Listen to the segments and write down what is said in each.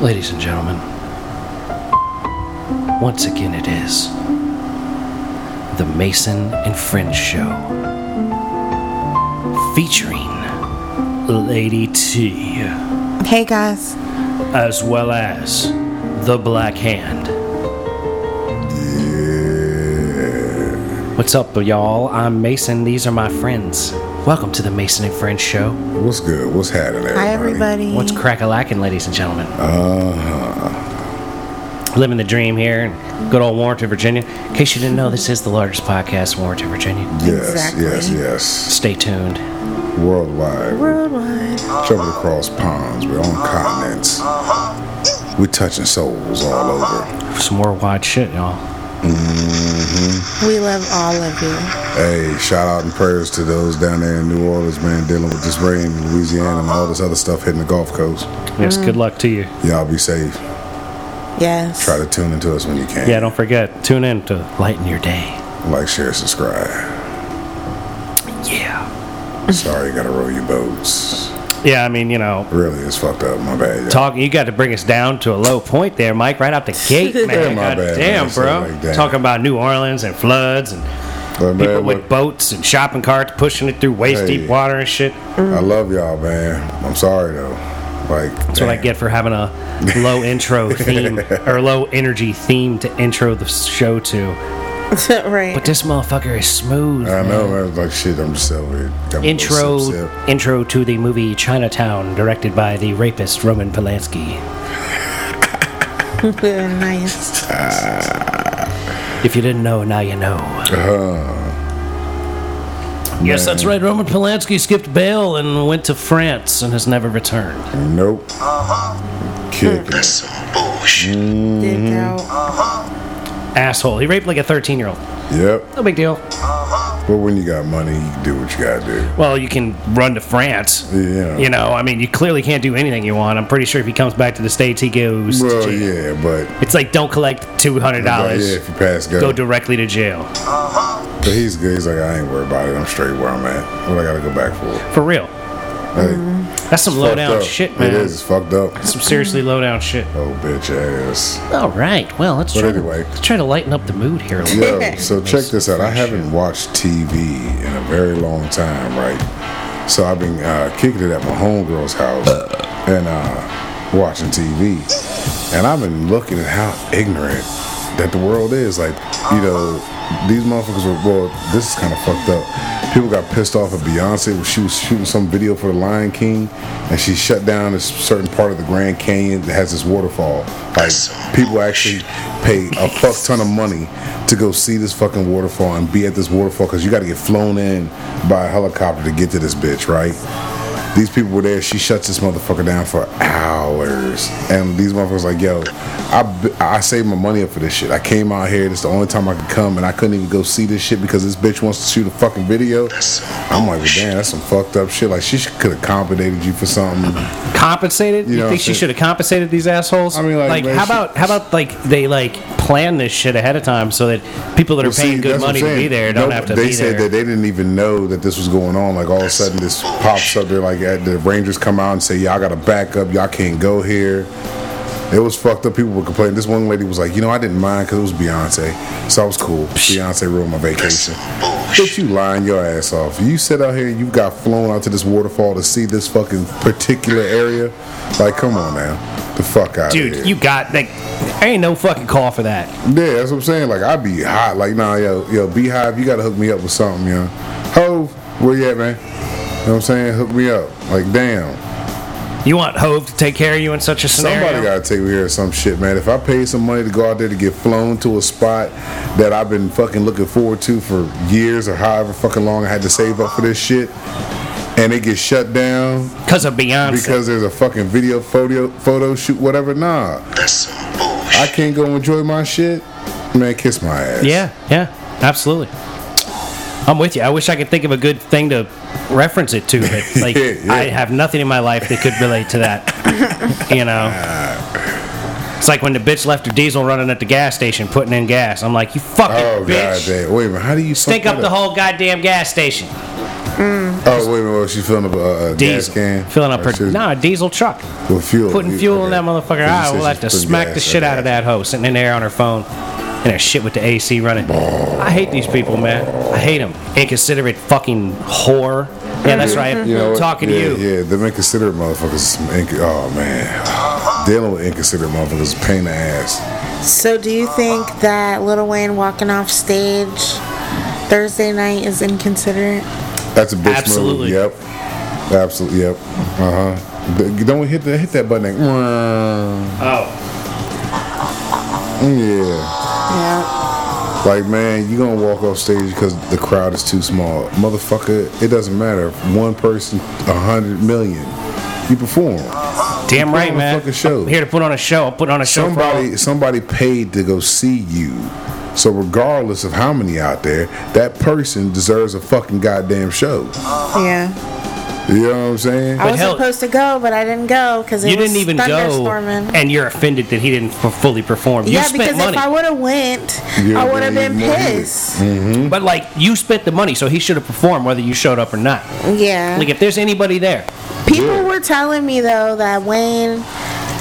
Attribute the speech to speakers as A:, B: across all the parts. A: Ladies and gentlemen, once again it is the Mason and Friends Show featuring Lady T
B: Hey guys.
A: as well as the Black Hand. What's up, y'all? I'm Mason. These are my friends. Welcome to the Mason and Friends Show.
C: What's good? What's happening, everybody?
B: Hi everybody.
A: What's crack a lacking, ladies and gentlemen?
C: Uh-huh.
A: Living the dream here in good old Warrenton, Virginia. In case you didn't know, this is the largest podcast in Warrenton, Virginia.
C: Yes,
B: Exactly.
C: yes, yes.
A: Stay tuned.
C: Worldwide. We're
B: worldwide?
C: traveling across ponds. We're on continents. We're touching souls all over.
A: Some worldwide shit, y'all.
B: We love all of you.
C: Hey, shout out and prayers to those down there in New Orleans, man, dealing with this rain in Louisiana and all this other stuff hitting the Gulf Coast.
A: Yes,
C: Mm.
A: good luck to you.
C: Y'all be safe.
B: Yes.
C: Try to tune into us when you can.
A: Yeah, don't forget, tune in to lighten your day.
C: Like, share, subscribe.
A: Yeah.
C: Sorry, gotta roll your boats.
A: Yeah, I mean, you know,
C: Really, it's fucked up. My bad. y'all.
A: talking. You got to bring us down to a low point there, Mike. Right out the gate, man.
C: my
A: God
C: bad,
A: damn,
C: man.
A: bro.
C: Something like that.
A: Talking about New Orleans and floods and
C: My bad,
A: people with
C: what-
A: boats and shopping carts pushing it through waist
C: Hey.
A: deep water and shit.
C: I love y'all, man. I'm sorry though. Like
A: That's what I get for having a low intro theme or low energy theme to intro the show to.
B: right.
A: But this motherfucker is smooth.
C: I know, man. Like shit, I'm just over here. I'm a
A: Intro,
C: little sip,
A: intro to the movie Chinatown, directed by the rapist Roman Polanski.
B: nice.
A: If you didn't know, now you know.
C: sip. Uh,
A: Yes, that's right. Roman Polanski skipped bail and went to France and has never returned.
C: nope. Kick it.
D: some bullshit.
A: Mm-hmm.
B: Dick out.
A: Asshole. He raped like a 13 year old.
C: Yep.
A: No big deal.
C: But when you got money, you do what you gotta do.
A: Well, you can run to France.
C: Yeah.
A: You know, I mean, you clearly can't do anything you want. I'm pretty sure if he comes back to the States, he goes. to
C: Well,
A: jail.
C: yeah, but
A: It's like, don't collect $200.
C: but yeah, if you pass go,
A: Go directly to jail.
C: but he's good. He's like, I ain't worried about it. I'm straight where I'm at. What I gotta go back for?
A: For real.
C: Hey,
A: That's some low
C: fucked
A: down
C: up.
A: shit, man.
C: It is. It's fucked up.
A: Some seriously low down shit.
C: Oh, bitch ass.
A: All right. Well, let's
C: But
A: try,
C: anyway.
A: let's try to lighten up the mood here a little bit.
C: Yo, so check this out. I haven't watched TV in a very long time, right? So I've been uh, kicking it at my homegirl's house and uh, watching TV. And I've been looking at how ignorant that the world is. Like, you know, these motherfuckers were, well, this is kind of fucked up. People got pissed off at Beyonce when she was shooting some video for The Lion King and she shut down a certain part of the Grand Canyon that has this waterfall. Like, people actually pay a fuck ton of money to go see this fucking waterfall and be at this waterfall because you got to get flown in by a helicopter to get to this bitch, right? These people were there. She shuts this motherfucker down for hours, and these motherfuckers like, yo, I b- I saved my money up for this shit. I came out here. This is the only time I could come, and I couldn't even go see this shit because this bitch wants to shoot a fucking video. I'm like, well, damn, that's some fucked up shit. Like she could have compensated you for something.
A: compensated? You,
C: know what
A: think
C: I'm
A: she
C: saying?
A: should have compensated these assholes?
C: I mean, like, man,
A: how
C: she-
A: about how about like they like plan this shit ahead of time so that people that are
C: Well,
A: paying
C: see,
A: good
C: that's what
A: money
C: I'm
A: to be
C: saying.
A: there don't
C: No,
A: have to
C: They
A: be
C: said
A: there.
C: that they didn't even know that this was going on. Like all of a sudden, this pops up. They're like, uh, the Rangers come out and say, "Y'all got to back up. Y'all can't go here." It was fucked up. People were complaining. This one lady was like, "You know, I didn't mind because it was Beyonce, so I was cool. Beyonce ruined my vacation." Bitch, you lying your ass off. You sit out here. You got flown out to this waterfall to see this fucking particular area. Like, come on now, the fuck out of here.
A: Dude, you got like there ain't no fucking call for that.
C: Yeah, that's what I'm saying. Like I be hot. Like nah, yo, yo, Beehive, you gotta hook me up with something, yo. Ho, where you at, man? You know what I'm saying? Hook me up. Like damn,
A: You want Hove to take care of you in such a scenario?
C: somebody gotta take me here or some shit, man. If I paid some money to go out there to get flown to a spot that I've been fucking looking forward to for years or however fucking long I had to save up for this shit, and it gets shut down
A: because of Beyonce.
C: because there's a fucking video photo photo shoot, whatever. Nah,
D: That's some bullshit.
C: I can't go enjoy my shit. Man, kiss my ass.
A: yeah, yeah, absolutely. I'm with you. I wish I could think of a good thing to reference it to, but like
C: Yeah, yeah.
A: I have nothing in my life that could relate to that. you know. It's like when the bitch left her diesel running at the gas station, putting in gas. I'm like, you fucking
C: Oh god
A: bitch.
C: damn! Wait a minute, how do you fuck
A: Stink up
C: that
A: the whole goddamn gas station.
C: Oh wait, wait, wait, she filling up a, a gas
A: Diesel.
C: can,
A: Filling up
C: Or
A: her.
C: she's
A: Nah, diesel truck.
C: with fuel,
A: Putting fuel in that
C: Okay.
A: motherfucker.
C: You
A: I
C: said
A: will
C: she's
A: have to
C: putting
A: smack
C: gas
A: the
C: in
A: shit
C: her
A: out of
C: gas.
A: that hoe sitting in there on her phone. And that shit with the AC running. I hate these people, man. I hate them. Inconsiderate fucking whore. Yeah, that's right.
C: Mm-hmm. You know what?
A: Talking
C: yeah,
A: to you.
C: Yeah, them inconsiderate motherfuckers. is some Inc- oh man, dealing with inconsiderate motherfuckers is a pain in the ass.
B: So, do you think that Lil Wayne walking off stage Thursday night is inconsiderate?
C: That's a bitch move.
A: Absolutely.
C: Yep. Absolutely. Yep. Uh huh. Don't hit the, hit that button. Like, "Mm,
A: Oh.
C: yeah.
B: Yeah.
C: Like man, you gonna walk off stage because the crowd is too small, motherfucker. It doesn't matter. if One person, a hundred million. You perform.
A: Damn
C: Put
A: right,
C: on a
A: man.
C: fucking show.
A: I'm here to put on a show. I'll put on a show. for all-
C: Somebody somebody paid to go see you. So regardless of how many out there, that person deserves a fucking goddamn show.
B: Yeah.
C: You know what I'm saying?
B: I was
A: hell-
B: supposed to go, but I didn't go because it
A: you
B: was
A: didn't even go,
B: thunderstorming.
A: and you're offended that he didn't f- fully perform. You
B: yeah,
A: spent
B: because
A: money,
B: if I would have went,
C: You
B: I
C: would've
B: would have
C: been
B: been
C: more heated.
B: pissed.
A: Mm-hmm. but like you spent the money, so he should have performed whether you showed up or not.
B: Yeah.
A: Like if there's anybody there,
B: People were telling me though that Wayne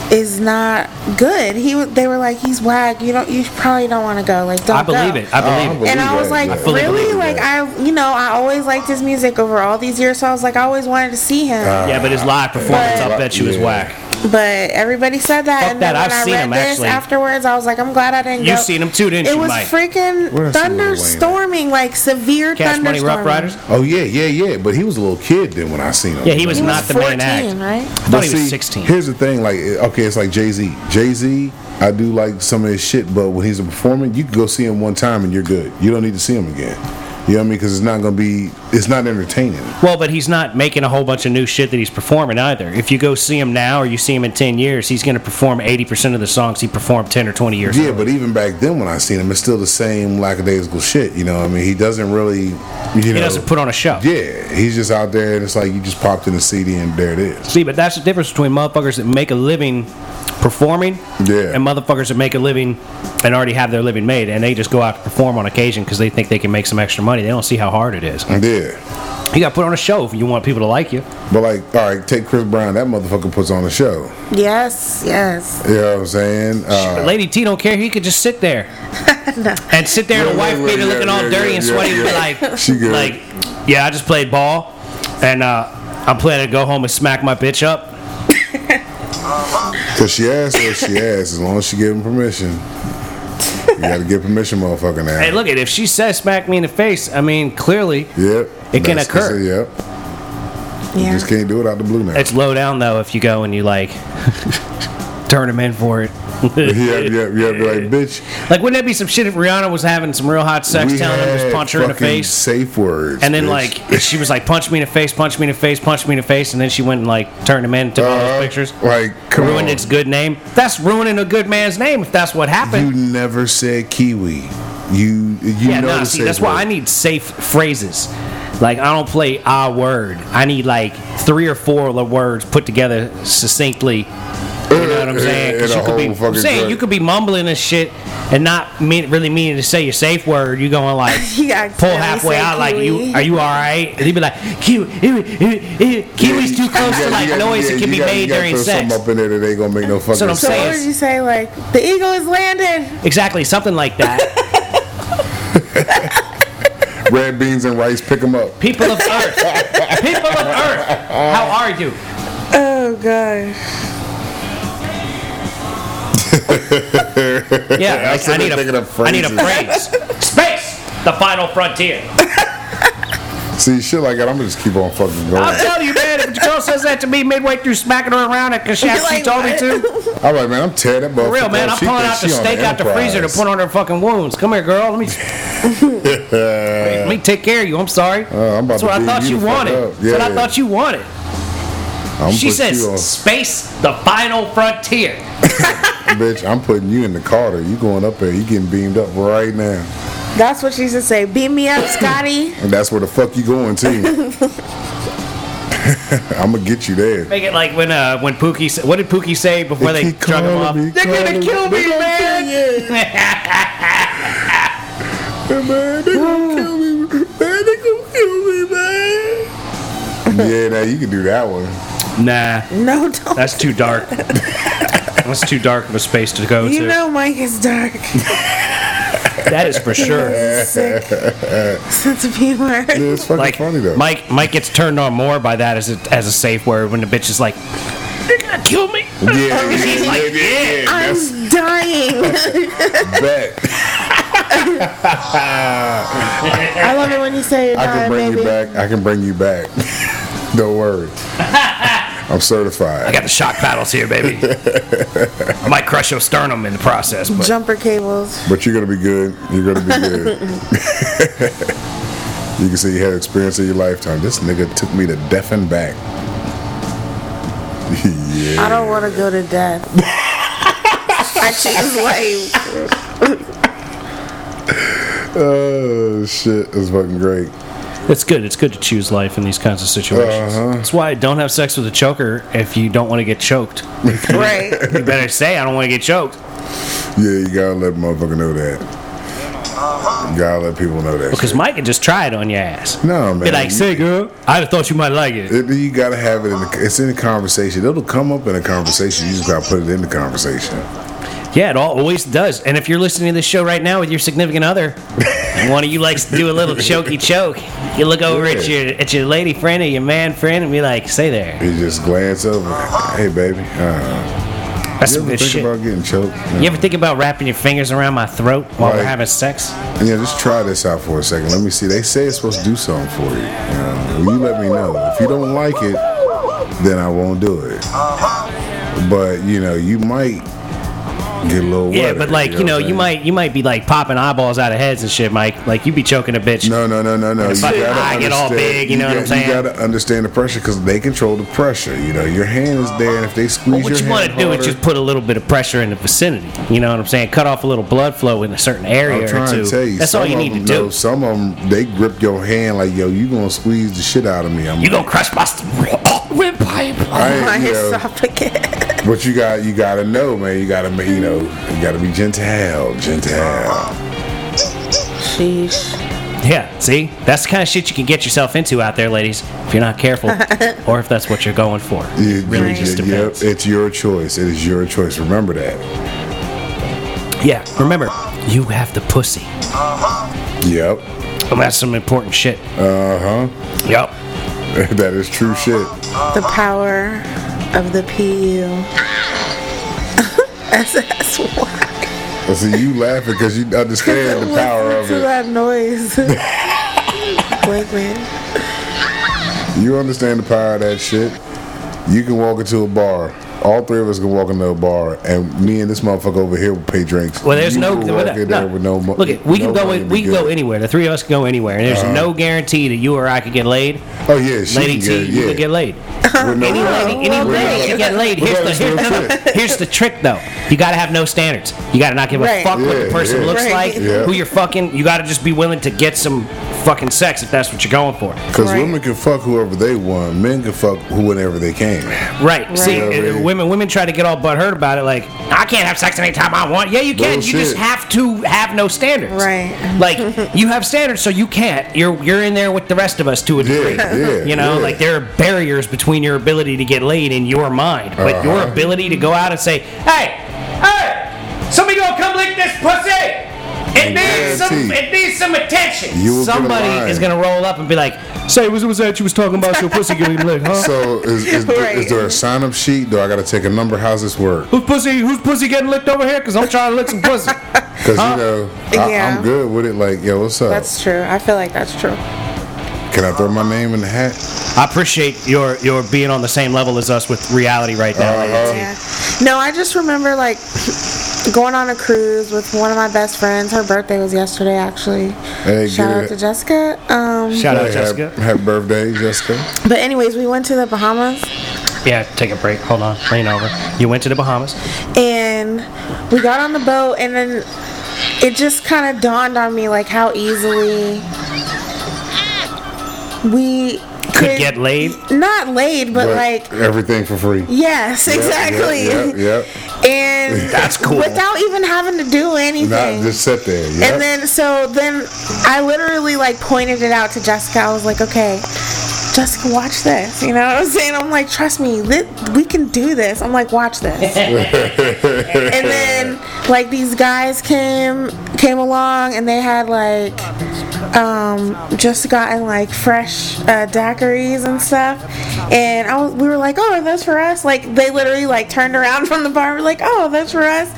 B: is not good. He w- they were like he's whack. You don't you probably don't want to go. Like don't
A: I believe
B: go.
A: it. I believe
C: I
A: it.
C: believe
B: and I
C: that,
B: was like,
C: yeah. I
A: fully
B: really?
A: believe
B: Like I, you know, I always liked his music over all these years, so I was like, I always wanted to see him.
C: Uh.
A: yeah, but his live performance,
B: But-
A: I bet you, is
C: Yeah.
A: whack.
B: but everybody said that,
A: Fuck
B: and then
A: that,
B: when
A: I've
B: I
A: seen
B: read
A: him,
B: this
A: actually.
B: afterwards, I was like, I'm glad I didn't.
A: You've
B: go.
A: seen him too, didn't
B: It
A: you,
B: was
A: Mike?
B: freaking
C: Where else did Lil Wayne
B: thunderstorming, like severe
A: Cash Money
B: thunderstorming.
A: Rough Riders.
C: Oh yeah, yeah, yeah. But he was a little kid then when I seen him.
A: Yeah, he was
B: He was
A: not the
B: 14,
A: main act.
B: right?
A: I
C: But
A: thought he
C: see,
A: was 16.
C: Here's the thing, like okay, it's like Jay Z. Jay Z, I do like some of his shit, but when he's a performer, you can go see him one time and you're good. You don't need to see him again. You know what I mean? Because it's not gonna be, it's not entertaining.
A: Well, but he's not making a whole bunch of new shit that he's performing either. If you go see him now or you see him in 10 years, he's going to perform 80% of the songs he performed 10 or 20 years ago.
C: Yeah, but even back then when I seen him, it's still the same lackadaisical shit. You know, what I mean, he doesn't really, you know,
A: He doesn't put on a show.
C: yeah, he's just out there, and it's like you just popped in a CD, and there it is.
A: See, but that's the difference between motherfuckers that make a living performing
C: Yeah.
A: and motherfuckers that make a living and already have their living made and they just go out to perform on occasion because they think they can make some extra money. They don't see how hard it is.
C: Yeah,
A: You got to put on a show if you want people to like you.
C: but like, all right, take Chris Brown. That motherfucker puts on a show.
B: Yes, yes.
C: You know what I'm saying? Uh,
A: But Lady T don't care. He could just sit there and sit there in a
C: Yeah,
A: wife
C: yeah,
A: beater
C: yeah,
A: looking all
C: yeah,
A: dirty
C: yeah,
A: and
C: yeah,
A: sweaty,
C: yeah.
A: and be like,
C: She good.
A: like, yeah, I just played ball, and uh, I'm planning to go home and smack my bitch up.
C: Cause she asked what she asked, as long as she give him permission. You gotta get permission, motherfucker. Now.
A: Hey, look at if she says smack me in the face. I mean, clearly,
C: Yep.
A: It can occur.
C: it, yep. You
B: Yeah.
C: just can't do it out the blue now.
A: it's low down though if you go and you like turn him in for it.
C: yep, yep, yep. Like, bitch.
A: Like, wouldn't that be some shit if Rihanna was having some real hot sex,
C: we
A: telling him to
C: had
A: just punch her in the
C: fucking
A: face?
C: Safe words.
A: And then
C: bitch.
A: like she was like, punch me in the face, punch me in the face, punch me in the face, and then she went and like turned him in, took all
C: Uh-huh.
A: those pictures,
C: Like, come
A: ruined
C: on.
A: its good name. That's ruining a good man's name if that's what
C: You
A: happened.
C: never said kiwi. You you
A: yeah,
C: know
A: nah,
C: the
A: see,
C: safe
A: that's why
C: word.
A: I need safe phrases. Like I don't play a word. I need like three or four of the words put together succinctly. You know what I'm saying? 'Cause
C: In a
A: you could be,
C: whole
A: I'm
C: fucking
A: saying
C: drink.
A: you could be mumbling this shit and not mean, really meaning to say your safe word. You going like
B: He
A: pull
B: accidentally
A: halfway
B: said
A: out like you
B: kiwi.
A: are you all right? And he'd be like kiwi, kiwi, kiwi, kiwi's too close
C: You
A: to
C: got-
A: like
C: you got-
A: noise
C: yeah,
A: that can
C: you
A: be
C: got-
A: made
C: you gotta
A: during
C: throw
A: sex.
C: Something up in there that ain't gonna make no fucking
A: what I'm
B: So
A: saying.
B: what did you say? Like the eagle is landed.
A: Exactly, something like that.
C: Red beans and rice, pick them up.
A: People of Earth, people of Earth, how are you?
B: Oh gosh.
A: Yeah, like, I need
C: sitting there thinking
A: a,
C: of
A: I need a phrase.
B: phrases.
A: Space, the final frontier.
C: See, shit like that, I'm gonna just keep on fucking going.
A: I'm telling you, man, if a girl says that to me midway through smacking her around because she
B: You're
A: actually
B: like,
A: told me
B: what?
A: to,
C: All right, man, I'm tearing that motherfucker
A: for real, man,
C: up.
A: I'm
C: She
A: pulling
C: thinks
A: out the
C: she on
A: steak out the freezer to
C: Enterprise.
A: put on her fucking wounds. Come here, girl. Let me, let me take care of you. I'm sorry.
C: Uh, I'm about
A: That's what
C: to
A: I
C: beat
A: thought
C: you
A: you
C: the fuck
A: wanted.
C: up.
A: That's what I
C: Yeah.
A: thought you wanted.
C: I'm
A: She
C: putting you on-
A: says, "Space, the final frontier."
C: bitch, I'm putting you in the Carter. You going up there. You getting beamed up right now.
B: That's what she used to say. Beat me up, Scotty.
C: And that's where the fuck you going to. I'm gonna get you there.
A: Make it like when uh when Pookie. Sa- what did Pookie say before
C: They
A: they
C: keep
A: drug him
C: calling
A: off?
C: me,
A: They're gonna
C: calling
A: kill
C: me,
A: me,
C: they gonna
A: man.
C: Man, they gonna kill me. Man, they gonna kill me, man. yeah, now you can do that one.
A: Nah,
B: No, don't.
A: that's too dark. that's too dark of a space to go
B: you
A: to.
B: know, Mike is dark.
A: that is for sure.
B: Sick sense of humor.
C: Yeah, it's fucking
A: Like
C: funny though.
A: Mike, Mike gets turned on more by that as a, as a safe word when the bitch is like, "You're gonna kill me."
C: yeah, yeah,
A: He's
C: yeah,
A: like,
C: yeah, yeah, yeah,
B: I'm
C: that's
B: dying.
C: bet.
B: I love it when you say you're
C: I can
B: dying,
C: bring
B: baby.
C: you back. I can bring you back. Don't worry. I'm certified.
A: I got the shock paddles here, baby. I might crush your sternum in the process, but
B: Jumper cables.
C: But you're gonna be good. You're gonna be good. you can say you had experience of your lifetime. This nigga took me to death and back. yeah.
B: I don't want to go to death. I choose life.
C: Oh shit, that's fucking great.
A: it's good. It's good to choose life in these kinds of situations.
C: Uh-huh.
A: That's why I don't have sex with a choker if you don't want to get choked.
B: Right.
A: You better say I don't want to get choked.
C: Yeah, you gotta let motherfucker know that. You gotta let people know that.
A: Because
C: shit.
A: Mike could just try it on your ass.
C: no man,
A: Be like,
C: you-
A: say, girl, I'd have thought you might like it.
C: It, you gotta have it in. The, it's in the conversation. It'll come up in a conversation. You just gotta put it in the conversation.
A: Yeah, it all, always does. And if you're listening to this show right now with your significant other, and one of you likes to do a little choky choke, you look over at your at your lady friend or your man friend and be like, say there.
C: You just glance over. Hey, baby. Uh,
A: That's
C: you
A: some
C: ever
A: good
C: think
A: shit.
C: about getting choked?
A: You ever think about wrapping your fingers around my throat while we're
C: Right.
A: having sex?
C: Yeah, just try this out for a second. Let me see. They say it's supposed to do something for you. Um, you let me know. If you don't like it, then I won't do it. But you know, you might get a little.
A: Yeah,
C: wetter,
A: but like you know,
C: what I'm
A: you
C: saying?
A: might you might be like popping eyeballs out of heads and shit, Mike. Like you be choking a bitch.
C: No, no, no, no, no. You
A: fucking eye get all
C: understand-
A: big, you know what I'm saying?
C: You gotta understand the pressure because they control the pressure. You know, your hand is there, and if they squeeze
A: What
C: your
A: you
C: hand
A: want to do
C: harder,
A: is just put a little bit of pressure in the vicinity. You know what I'm saying? Cut off a little blood flow in a certain area
C: I'm
A: or
C: trying
A: two.
C: to tell you,
A: That's all
C: some
A: you
C: of
A: need to
C: them,
A: do.
C: though, some of them, they grip your hand like, yo, you gonna squeeze the shit out of me. I'm
A: You gonna crush my st- windpipe?
C: I ain't,
B: My
C: you know,
B: esophagus.
C: But you got you gotta know, man. You gotta be, you know, you gotta be gentile, gentile.
B: Sheesh.
A: Yeah, see, that's the kind of shit you can get yourself into out there, ladies, if you're not careful, or if that's what you're going for.
C: It,
A: really
C: it-
A: just
C: it-
A: depends.
C: yep, it's your choice. It is your choice. Remember that.
A: Yeah, remember, you have the pussy.
C: Yep.
A: And that's some important shit.
C: Uh huh.
A: Yep.
C: that is true shit.
B: The power of the PU. SSY.
C: I see you laughing because you understand the power
B: Listen
C: of
B: to
C: it.
B: that noise. Blakeman.
C: You understand the power of that shit. You can walk into a bar. All three of us can walk into a bar, and me and this motherfucker over here will pay drinks.
A: Well, there's
C: You
A: no.
C: can
A: well,
C: walk in
A: no.
C: there with no mo-
A: Look, it, we
C: no
A: can go.
C: money
A: in-
C: to
A: We
C: be
A: can go
C: good.
A: anywhere. The three of us can go anywhere, and there's no guarantee that you or I could get laid.
C: Oh yeah, she
A: Lady
C: can
A: T,
C: get,
A: you
C: yeah.
A: could get laid.
C: With no-
A: Any lady, any
B: Oh, well,
A: lady
B: yeah.
A: can get laid.
C: Well,
A: Here's the
C: that's
A: here's,
C: no
A: the
C: trick.
A: here's the trick though. You gotta have no standards. You gotta not give a
B: Right.
A: fuck what the
C: Yeah,
A: person
C: yeah.
A: looks
B: Right.
A: like,
C: Yeah.
A: who you're fucking. You gotta just be willing to get some fucking sex if that's what you're going for.
C: Because
B: Right.
C: women can fuck whoever they want, men can fuck whoever they can.
A: Right. See,
B: Yeah,
A: uh,
C: really.
A: women women try to get all butthurt about it. Like, I can't have sex anytime I want. Yeah, you can.
C: Well,
A: you just
C: shit.
A: have to have no standards.
B: Right.
A: Like, you have standards, so you can't. You're you're in there with the rest of us to a degree.
C: yeah,
A: you know,
C: yeah.
A: like there are barriers between your ability to get laid and your mind, but your
C: Uh-huh.
A: ability to go out and say, "Hey, hey, somebody gonna come lick this pussy." It
C: And
A: needs, some,
C: guarantee.
A: it needs some attention.
C: You will get a
A: Somebody
C: line.
A: is going to roll up and be like, Say, what was that you was talking about your pussy getting licked, huh?
C: So is, is,
B: Right.
C: is there a sign up sheet? Do I got to take a number? How's this work?
A: Who's pussy? Who's pussy getting licked over here? Cause I'm trying to lick some pussy.
C: Because,
A: Uh,
C: you know, I,
B: Yeah.
C: I'm good with it. Like, yo, what's up?
B: That's true. I feel like that's true.
C: can I throw my name in the hat?
A: I appreciate your your being on the same level as us with reality right now.
C: Uh-huh.
B: Yeah. No, I just remember like going on a cruise with one of my best friends. Her birthday was yesterday, actually.
C: Hey,
B: Shout
C: get
B: out
C: it.
B: to Jessica. Um,
A: Shout out,
C: Hey, hap-
A: Jessica.
C: Happy birthday, Jessica.
B: but anyways, we went to the Bahamas
A: Yeah, take a break. Hold on, lean over. You went to the Bahamas.
B: and we got on the boat, and then it just kind of dawned on me like how easily we
A: Could get laid?
B: Not laid, but,
C: But
B: like.
C: everything for free.
B: Yes, exactly.
C: Yep, yep.
B: And
A: That's cool.
B: Without even having to do anything.
C: Not just sit there. Yep.
B: And then so then I literally like pointed it out to Jessica. I was like, okay, Jessica, watch this. You know what I'm saying? I'm like, trust me, th- we can do this. I'm like, watch this. and then like these guys came came along and they had like um just gotten like fresh uh, daiquiris and stuff. And I was, we were like, oh, that's for us. Like they literally like turned around from the bar, were like, oh, that's for us.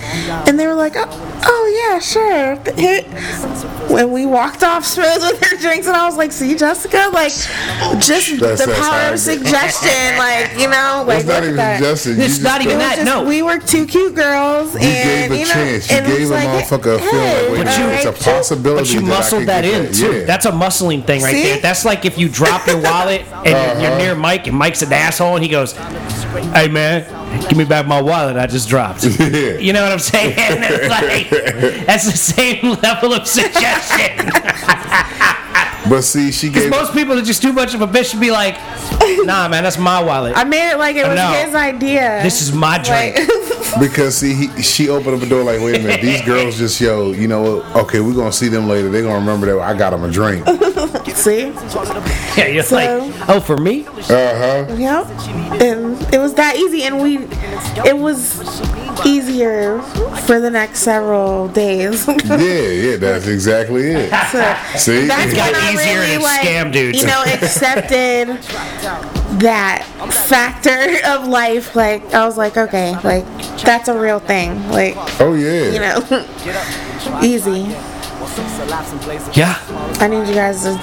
B: And they were like, oh, oh yeah, sure. When we walked off smooth with their drinks, and I was like, see, Jessica, like just
C: That's-
B: the
C: that's how
B: power
C: I
B: of
C: do it.
B: suggestion, like you know, like
C: It's not
B: look
C: even
B: at that.
C: Justin.
A: It's not even
B: It was
A: that,
B: just,
A: no.
B: We were two cute girls.
C: You
B: and,
C: gave a
B: you know,
C: chance. You
B: and it
C: gave
B: was
C: a
B: like,
C: motherfucker a feeling like, wait a
B: hey,
A: But you-
C: minute, it's a
B: alright, too.
C: possibility.
A: But you
C: that I
A: muscled
C: could
A: that
C: get
A: in too.
C: Yeah.
A: That's a muscling thing right
B: See?
A: there. That's like if you drop your wallet and
C: Uh-huh.
A: you're- you're near Mike and Mike's an asshole and he goes, "Hey man, give me back my wallet I just dropped."
C: Yeah.
A: You know what I'm saying? It's like that's the same level of suggestion.
C: But see, she gave.
A: Most people that just too much of a bitch should be like, "Nah, man, that's my wallet.
B: I made it like it was
A: No.
B: his idea.
A: This is my drink."
B: like,
C: Because see, he, she opened up a door like, wait a minute, these girls just yo, you know what? Okay, we're gonna see them later. They're gonna remember that I got them a drink. Uh
B: see,
A: Yeah, you're
B: So-
A: like, "Oh, for me?"
C: huh.
B: yep. And it was that easy, and we, it was easier for the next several days.
C: Yeah, yeah, that's exactly it. See,
B: That's
A: got
B: when I
A: easier
B: really,
A: to
B: like,
A: scam dudes.
B: You know, accepted that factor of life. Like I was like, okay, like that's a real thing. Like
C: oh yeah.
B: you know, easy.
A: Yeah.
B: I need you guys to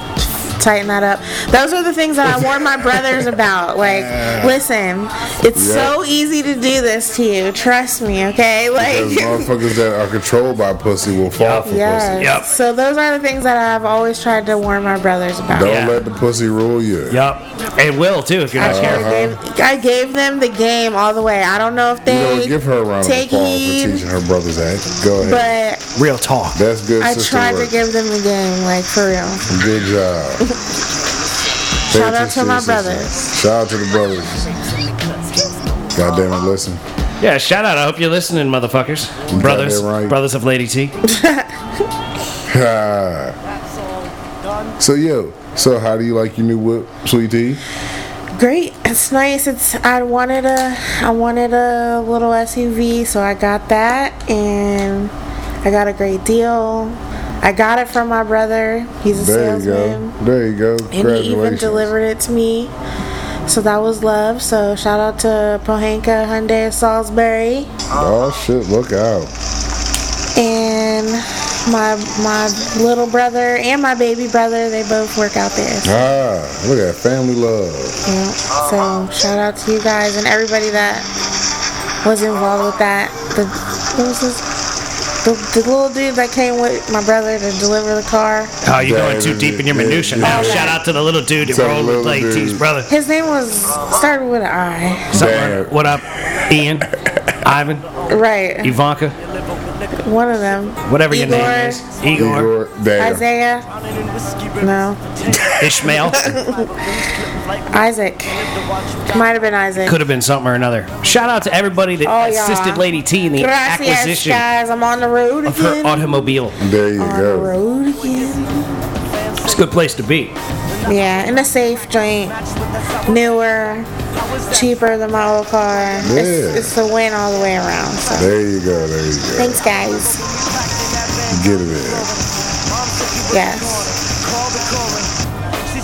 B: tighten that up. Those are the things that I warned my brothers about. Like, listen, it's
C: Yeah.
B: so easy to do this to you. Trust me, okay?
C: Because
B: Like.
C: motherfuckers that are controlled by pussy will fall for
B: Yeah.
C: pussy.
A: Yep.
B: So those are the things that I've always tried to warn my brothers about.
C: Don't
A: Yeah.
C: let the pussy rule you.
A: Yep. It will too if you're
B: I,
A: not
B: tried
A: careful.
B: to give, I gave them the game all the way. I don't know if
C: Uh-huh. You know,
B: they
C: what? give her a round of
B: take
C: applause for
B: heed,
C: teaching her brothers that. Go ahead.
B: but
A: Real talk.
C: That's good
B: I
C: sister
B: tried
C: work.
B: to give them the game, like for real.
C: Good job.
B: Shout out
C: Thank you,
B: to my
C: sister.
B: brothers.
C: Shout out to the brothers. God damn it, listen.
A: Yeah, shout out. I hope you're listening, motherfuckers.
C: You
A: Brothers.
C: got that right.
A: Brothers of Lady T.
C: Ah. so yo, so how do you like your new whip, sweetie?
B: Great. It's nice. It's I wanted a I wanted a little SUV, so I got that and I got a great deal. I got it from my brother. He's a
C: There you
B: salesman.
C: go. There you go.
B: And he even
C: Congratulations.
B: delivered it to me. So that was love. So shout out to Pohanka Hyundai of Salisbury.
C: Oh shit, look out.
B: And my my little brother and my baby brother, they both work out there.
C: Ah, look at that family love.
B: Yeah. So shout out to you guys and everybody that was involved with that. The what was this? The, the little dude that came with my brother to deliver the car.
A: Oh, you're going
C: Dive
A: too
C: in
A: deep
C: it.
A: in your
C: Yeah,
A: minutia.
C: yeah.
A: Now, Oh, shout out to the little dude that
C: To the
A: rolled with
C: little
A: Lady
C: dude.
A: T's brother.
B: His name was started with an I.
A: Someone, what up, Ian, Ivan,
B: Right.
A: Ivanka,
B: One of them.
A: whatever your
B: Igor,
A: name is, Igor,
C: Igor, damn.
B: Isaiah. No.
A: Ishmael,
B: Isaac. Might have been Isaac.
A: could have been something or another. Shout out to everybody that
B: Oh, yeah.
A: assisted Lady T in the
B: Gracias,
A: acquisition
B: guys. I'm on the road
A: of her
B: again.
A: automobile.
C: There you
B: on the
C: go.
B: road again.
A: It's a good place to be.
B: Yeah, in a safe joint. Newer, cheaper than my old car. It's,
C: Yeah.
B: it's a win all the way around. So.
C: There you go. There you go.
B: Thanks, guys.
C: Get it in.
B: Yes.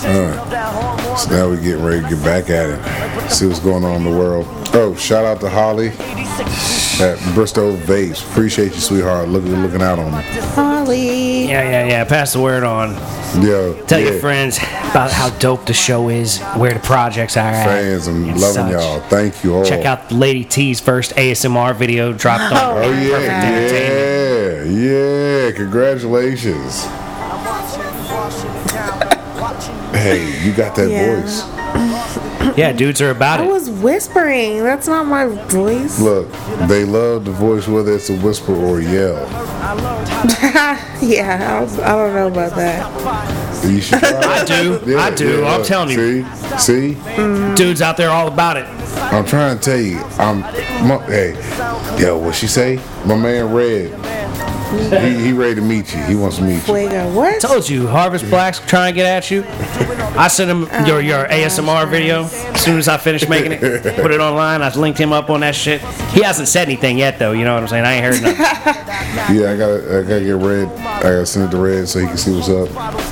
C: So now we're getting ready to get back at it. See what's going on in the world. Oh, shout out to Holly at Bristol Vapes. Appreciate you, sweetheart. Looking looking out on me.
B: Holly.
A: Yeah, yeah, yeah. Pass the word on.
C: Yo,
A: Tell
C: yeah.
A: your friends about how dope the show is, where the projects are at.
C: fans. I'm
A: and such.
C: loving y'all. Thank you all.
A: Check out Lady T's first ASMR video dropped on.
B: Oh,
C: Oh
A: Perfect Entertainment.
C: yeah, yeah, yeah! Congratulations. hey, you got that
B: Yeah.
C: voice.
A: Yeah, dudes are about
B: I
A: it.
B: was whispering. That's not my voice.
C: Look, they love the voice, whether it's a whisper or a yell.
B: yeah, I, was, I don't know about that.
C: You should try
A: I
C: it.
A: do.
C: Yeah,
A: I do.
C: yeah,
A: I'm
C: look,
A: telling you,
C: See, see,
A: dudes out there all about it.
C: I'm trying to tell you. I'm. My, hey, yo, what she say? My man Red. He, he ready to meet you. He wants to meet you.
B: Fuego. What?
A: Told you, Harvest Black's trying to get at you. I sent him your, your ASMR video as soon as I finished making it. Put it online. I linked him up on that shit. He hasn't said anything yet, though. You know what I'm saying? I ain't heard nothing.
C: Yeah, I gotta, I gotta get red. I gotta send it to red so he can see what's up.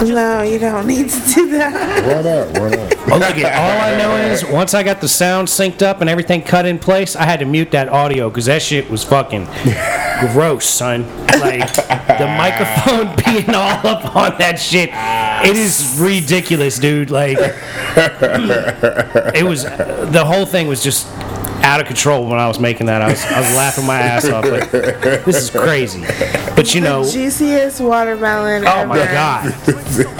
B: No, you don't need to do that.
C: Why not? Why not?
A: Oh, look at All I know is once I got the sound synced up and everything cut in place, I had to mute that audio because that shit was fucking gross, son. Like the microphone being all up on that shit. It is ridiculous, dude. Like it was the whole thing was just out of control when I was making that. I was, I was laughing my ass off. Like, this is crazy. But you know,
B: Juiciest watermelon
A: oh my
B: ever.
A: god.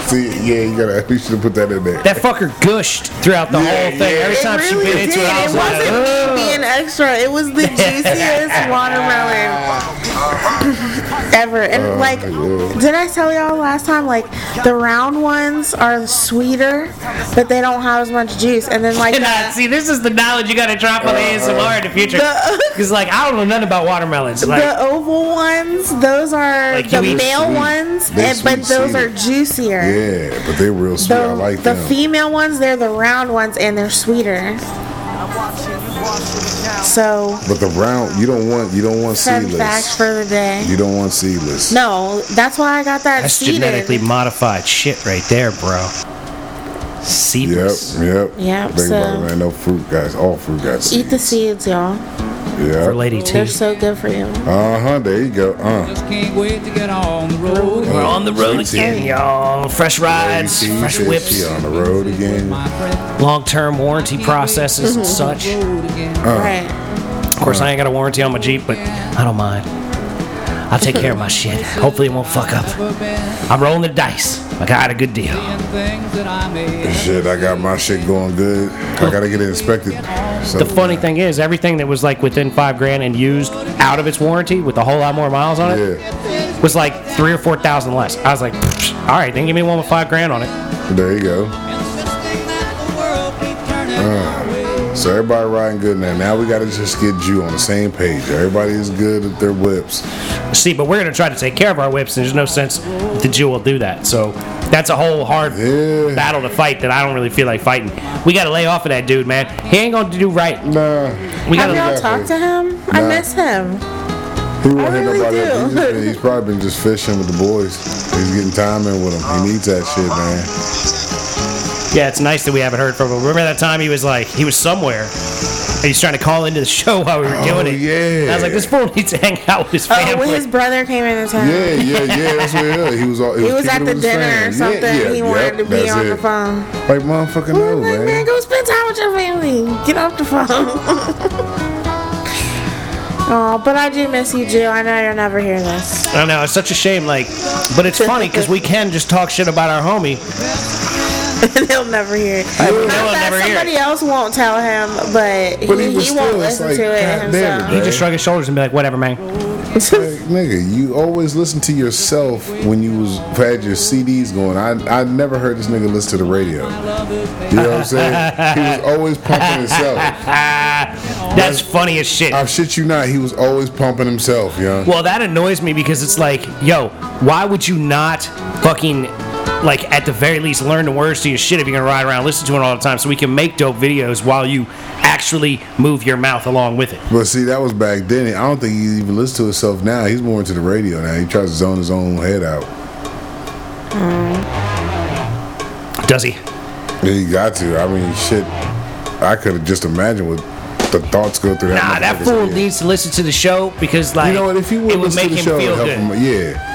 C: see, yeah, you gotta. You should have put that in there.
A: That fucker gushed throughout the whole thing. Every
B: It
A: time
B: really
A: she bit
B: did.
A: into it, I was
B: It
A: like,
B: wasn't
A: "Ugh."
B: me being extra. It was the juiciest watermelon ever. And like,
C: Oh, yeah.
B: did I tell y'all last time? Like, the round ones are sweeter, but they don't have as much juice. And then like,
A: And I-
B: the,
A: see, this is the knowledge you gotta drop on the ASMR in the future.
B: the-
A: Because, like, I don't know nothing about watermelons. Like,
B: the oval ones, those are
A: Like,
B: the
A: you eat
B: male
C: sweet.
B: ones,
C: They
B: and, but
C: sweet,
B: those
C: sweet.
B: are juicier.
C: Yeah, but they real sweet.
B: The,
C: I like
B: the
C: them.
B: female ones, they're the round ones, and they're sweeter. So,
C: But the round, you don't want. You don't want
B: fun fact
C: seedless.
B: for the day.
C: You don't want seedless.
B: No, that's why I got that
A: that's
B: seeded.
A: genetically modified shit right there, bro.
C: Yep.
A: Seedless.
C: Yep.
B: Yep,
C: Think about
B: so-
C: it, man. No fruit, guys. All fruit got seeds.
B: Eat the seeds, y'all.
A: For
C: Yeah.
A: Lady T.
B: They're so good for you.
C: Uh huh. There you go. Uh.
E: Just can't wait to get on the road.
A: We're on the road
C: Sweet
A: again,
C: tea.
A: y'all. Fresh rides,
C: Lady T
A: fresh
C: says she
A: whips,
C: on the road again.
E: My friend,
A: long term warranty processes and such. Of
E: road again.
B: Right.
A: course, I ain't got a warranty on my Jeep, but I don't mind. I'll take care of my shit. Hopefully, it won't fuck up.
E: Never been
A: I'm rolling the dice. I got a good deal.
E: in things that I made.
C: Shit, I got my shit going good. I gotta get it inspected. So,
A: The funny thing is, everything that was like within five grand and used out of its warranty with a whole lot more miles on it
C: Yeah.
A: was like three or four thousand less. I was like, "Pfft, all right, then give me one with five grand on it.
C: There you go.
E: Insisting that the world be turning our way.
C: So everybody riding good now. Now we gotta just get you on the same page. Everybody is good at their whips.
A: See, but we're gonna try to take care of our whips, and there's no sense that you will do that. So that's a whole hard
C: Yeah.
A: battle to fight that I don't really feel like fighting. We gotta lay off of that dude, man. He ain't gonna do right.
C: Nah.
A: We
B: Have
A: gotta.
B: y'all talked to him? I
C: Nah.
B: miss him.
C: He won't hit
B: really
C: nobody up.
B: do.
C: He's, just been, he's probably been just fishing with the boys. He's getting time in with them. He needs that shit, man.
A: Yeah, it's nice that we haven't heard from him. Remember that time he was like, he was somewhere. and He's trying to call into the show while we were
C: Oh,
A: doing it.
C: yeah.
A: And I was like, this fool needs to hang out with his
B: Oh,
A: family.
B: when his brother came into town.
C: Yeah, yeah, yeah. That's what it is. He was all.
B: He was at
C: kicking it
B: the
C: with his
B: dinner or
C: friends.
B: something. he wanted
C: yep,
B: to be
C: that's
B: on
C: it.
B: the phone.
C: Like motherfucker,
B: We were
C: no,
B: like, man,
C: man.
B: go spend time with your family. Get off the phone. oh, but I do miss you, Jill. I know you'll never hear this.
A: I know it's such a shame. Like, but it's funny because we can just talk shit about our homie.
B: He'll never hear it.
A: will
B: Not that
A: never hear it.
B: somebody else won't tell him, but,
C: But
B: he,
C: he
B: he,
C: was
B: won't
C: still, it's
B: listen
C: like,
B: to it
C: God damn it,
B: himself.
A: He just shrug his shoulders and be like, "Whatever, man."
C: Like, nigga, you always listen to yourself when you was had your CDs going. I I never heard this nigga listen to the radio. You know what I'm saying? he was always pumping himself.
A: Ah, that's funny as shit.
C: I shit you not, he was always pumping himself, young.
A: Well, that annoys me because it's like, yo, why would you not fucking like at the very least learn the words to your shit if you're gonna ride around and listen to it all the time, so we can make dope videos while you actually move your mouth along with it.
C: But see, that was back then. I don't think he even listens to himself now. He's more into the radio now. He tries to zone his own head out.
A: Does he?
C: He got to. I mean, shit. I could have just imagined what the thoughts go through.
A: Nah, that
C: motherfucker's
A: fool
C: head.
A: needs to listen to the show because like
C: You know what? If you would
A: it would make
C: listen to the
A: him
C: show,
A: feel
C: it'd help
A: good.
C: him. Yeah.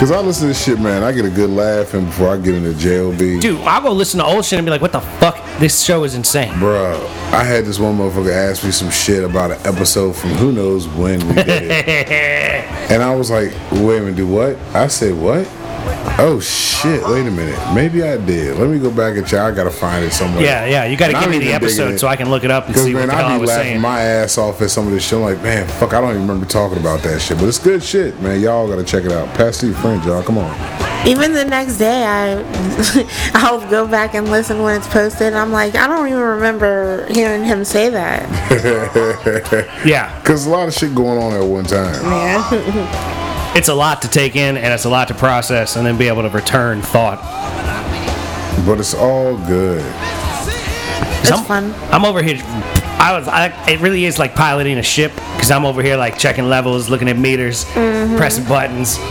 C: Cause I listen to this shit, man. I get a good laugh, and before I get into JLB,
A: Dude, I'll go listen to old shit and be like, what the fuck? This show is insane.
C: bro, I had this one motherfucker ask me some shit about an episode from who knows when we did it, and I was like, "Wait a minute, do what?" I said, "What?" Oh shit! Wait a minute, maybe I did. Let me go back and check. I gotta find it somewhere.
A: Yeah, yeah. You got to
C: And
A: give me
C: I'm
A: the
C: even digging
A: episode
C: it.
A: so I can look it up and
C: Because
A: see what
C: man,
A: the hell I
C: I be
A: was
C: laughing
A: saying.
C: my ass off at some of this shit. I'm like, man, fuck, I don't even remember talking about that shit. But it's good shit, man. Y'all gotta check it out. Pass it to your friends, y'all. Come on.
B: Even the next day, I I'll go back and listen when it's posted. And I'm like, I don't even remember hearing him say that.
A: yeah.
C: Cause a lot of shit going on at one time.
B: Man,
A: it's a lot to take in and it's a lot to process and then be able to return thought.
C: But it's all good.
B: It's
A: I'm-
B: fun.
A: I'm over here. I was. I, it really is like piloting a ship because I'm over here like checking levels, looking at meters,
B: Mm-hmm.
A: pressing buttons,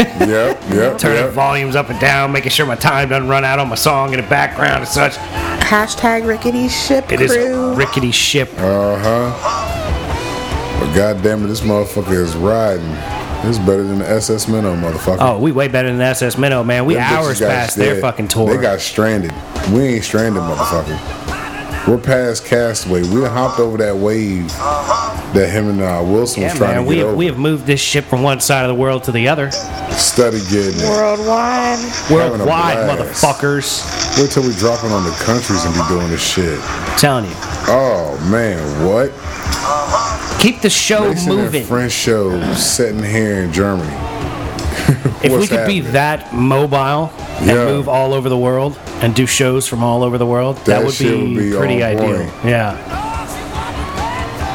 C: Yep, yep,
A: turning
C: yep.
A: volumes up and down, making sure my time doesn't run out on my song in the background and such.
B: Hashtag rickety ship
A: It
B: crew.
A: is a rickety ship.
C: Uh huh. Uh-huh. But goddamn it, this motherfucker is riding. It's better than the SS Minnow, motherfucker.
A: Oh, we way better than SS Minnow, man. We
C: Them bitches
A: hours
C: got-
A: past their
C: yeah,
A: fucking tour.
C: They got stranded. We ain't stranded, motherfucker. We're past Castaway. We done hopped over that wave that him and uh, Wilson
A: yeah,
C: was trying
A: man.
C: to
A: We
C: get
A: have,
C: over.
A: we have moved this ship from one side of the world to the other.
C: Study getting it.
B: Worldwide.
C: Having a
A: Worldwide,
C: blast.
A: motherfuckers.
C: Wait till we dropping on the countries and be doing this shit.
A: I'm telling you.
C: Oh man, what?
A: Keep the show
C: They sitting there
A: moving.
C: French show sitting here in Germany.
A: If we
C: What's
A: could be
C: happening?
A: that mobile and
C: Yeah.
A: move all over the world and do shows from all over the world, that,
C: That
A: would,
C: shit
A: be
C: would be
A: pretty
C: on
A: ideal.
C: point.
A: Yeah.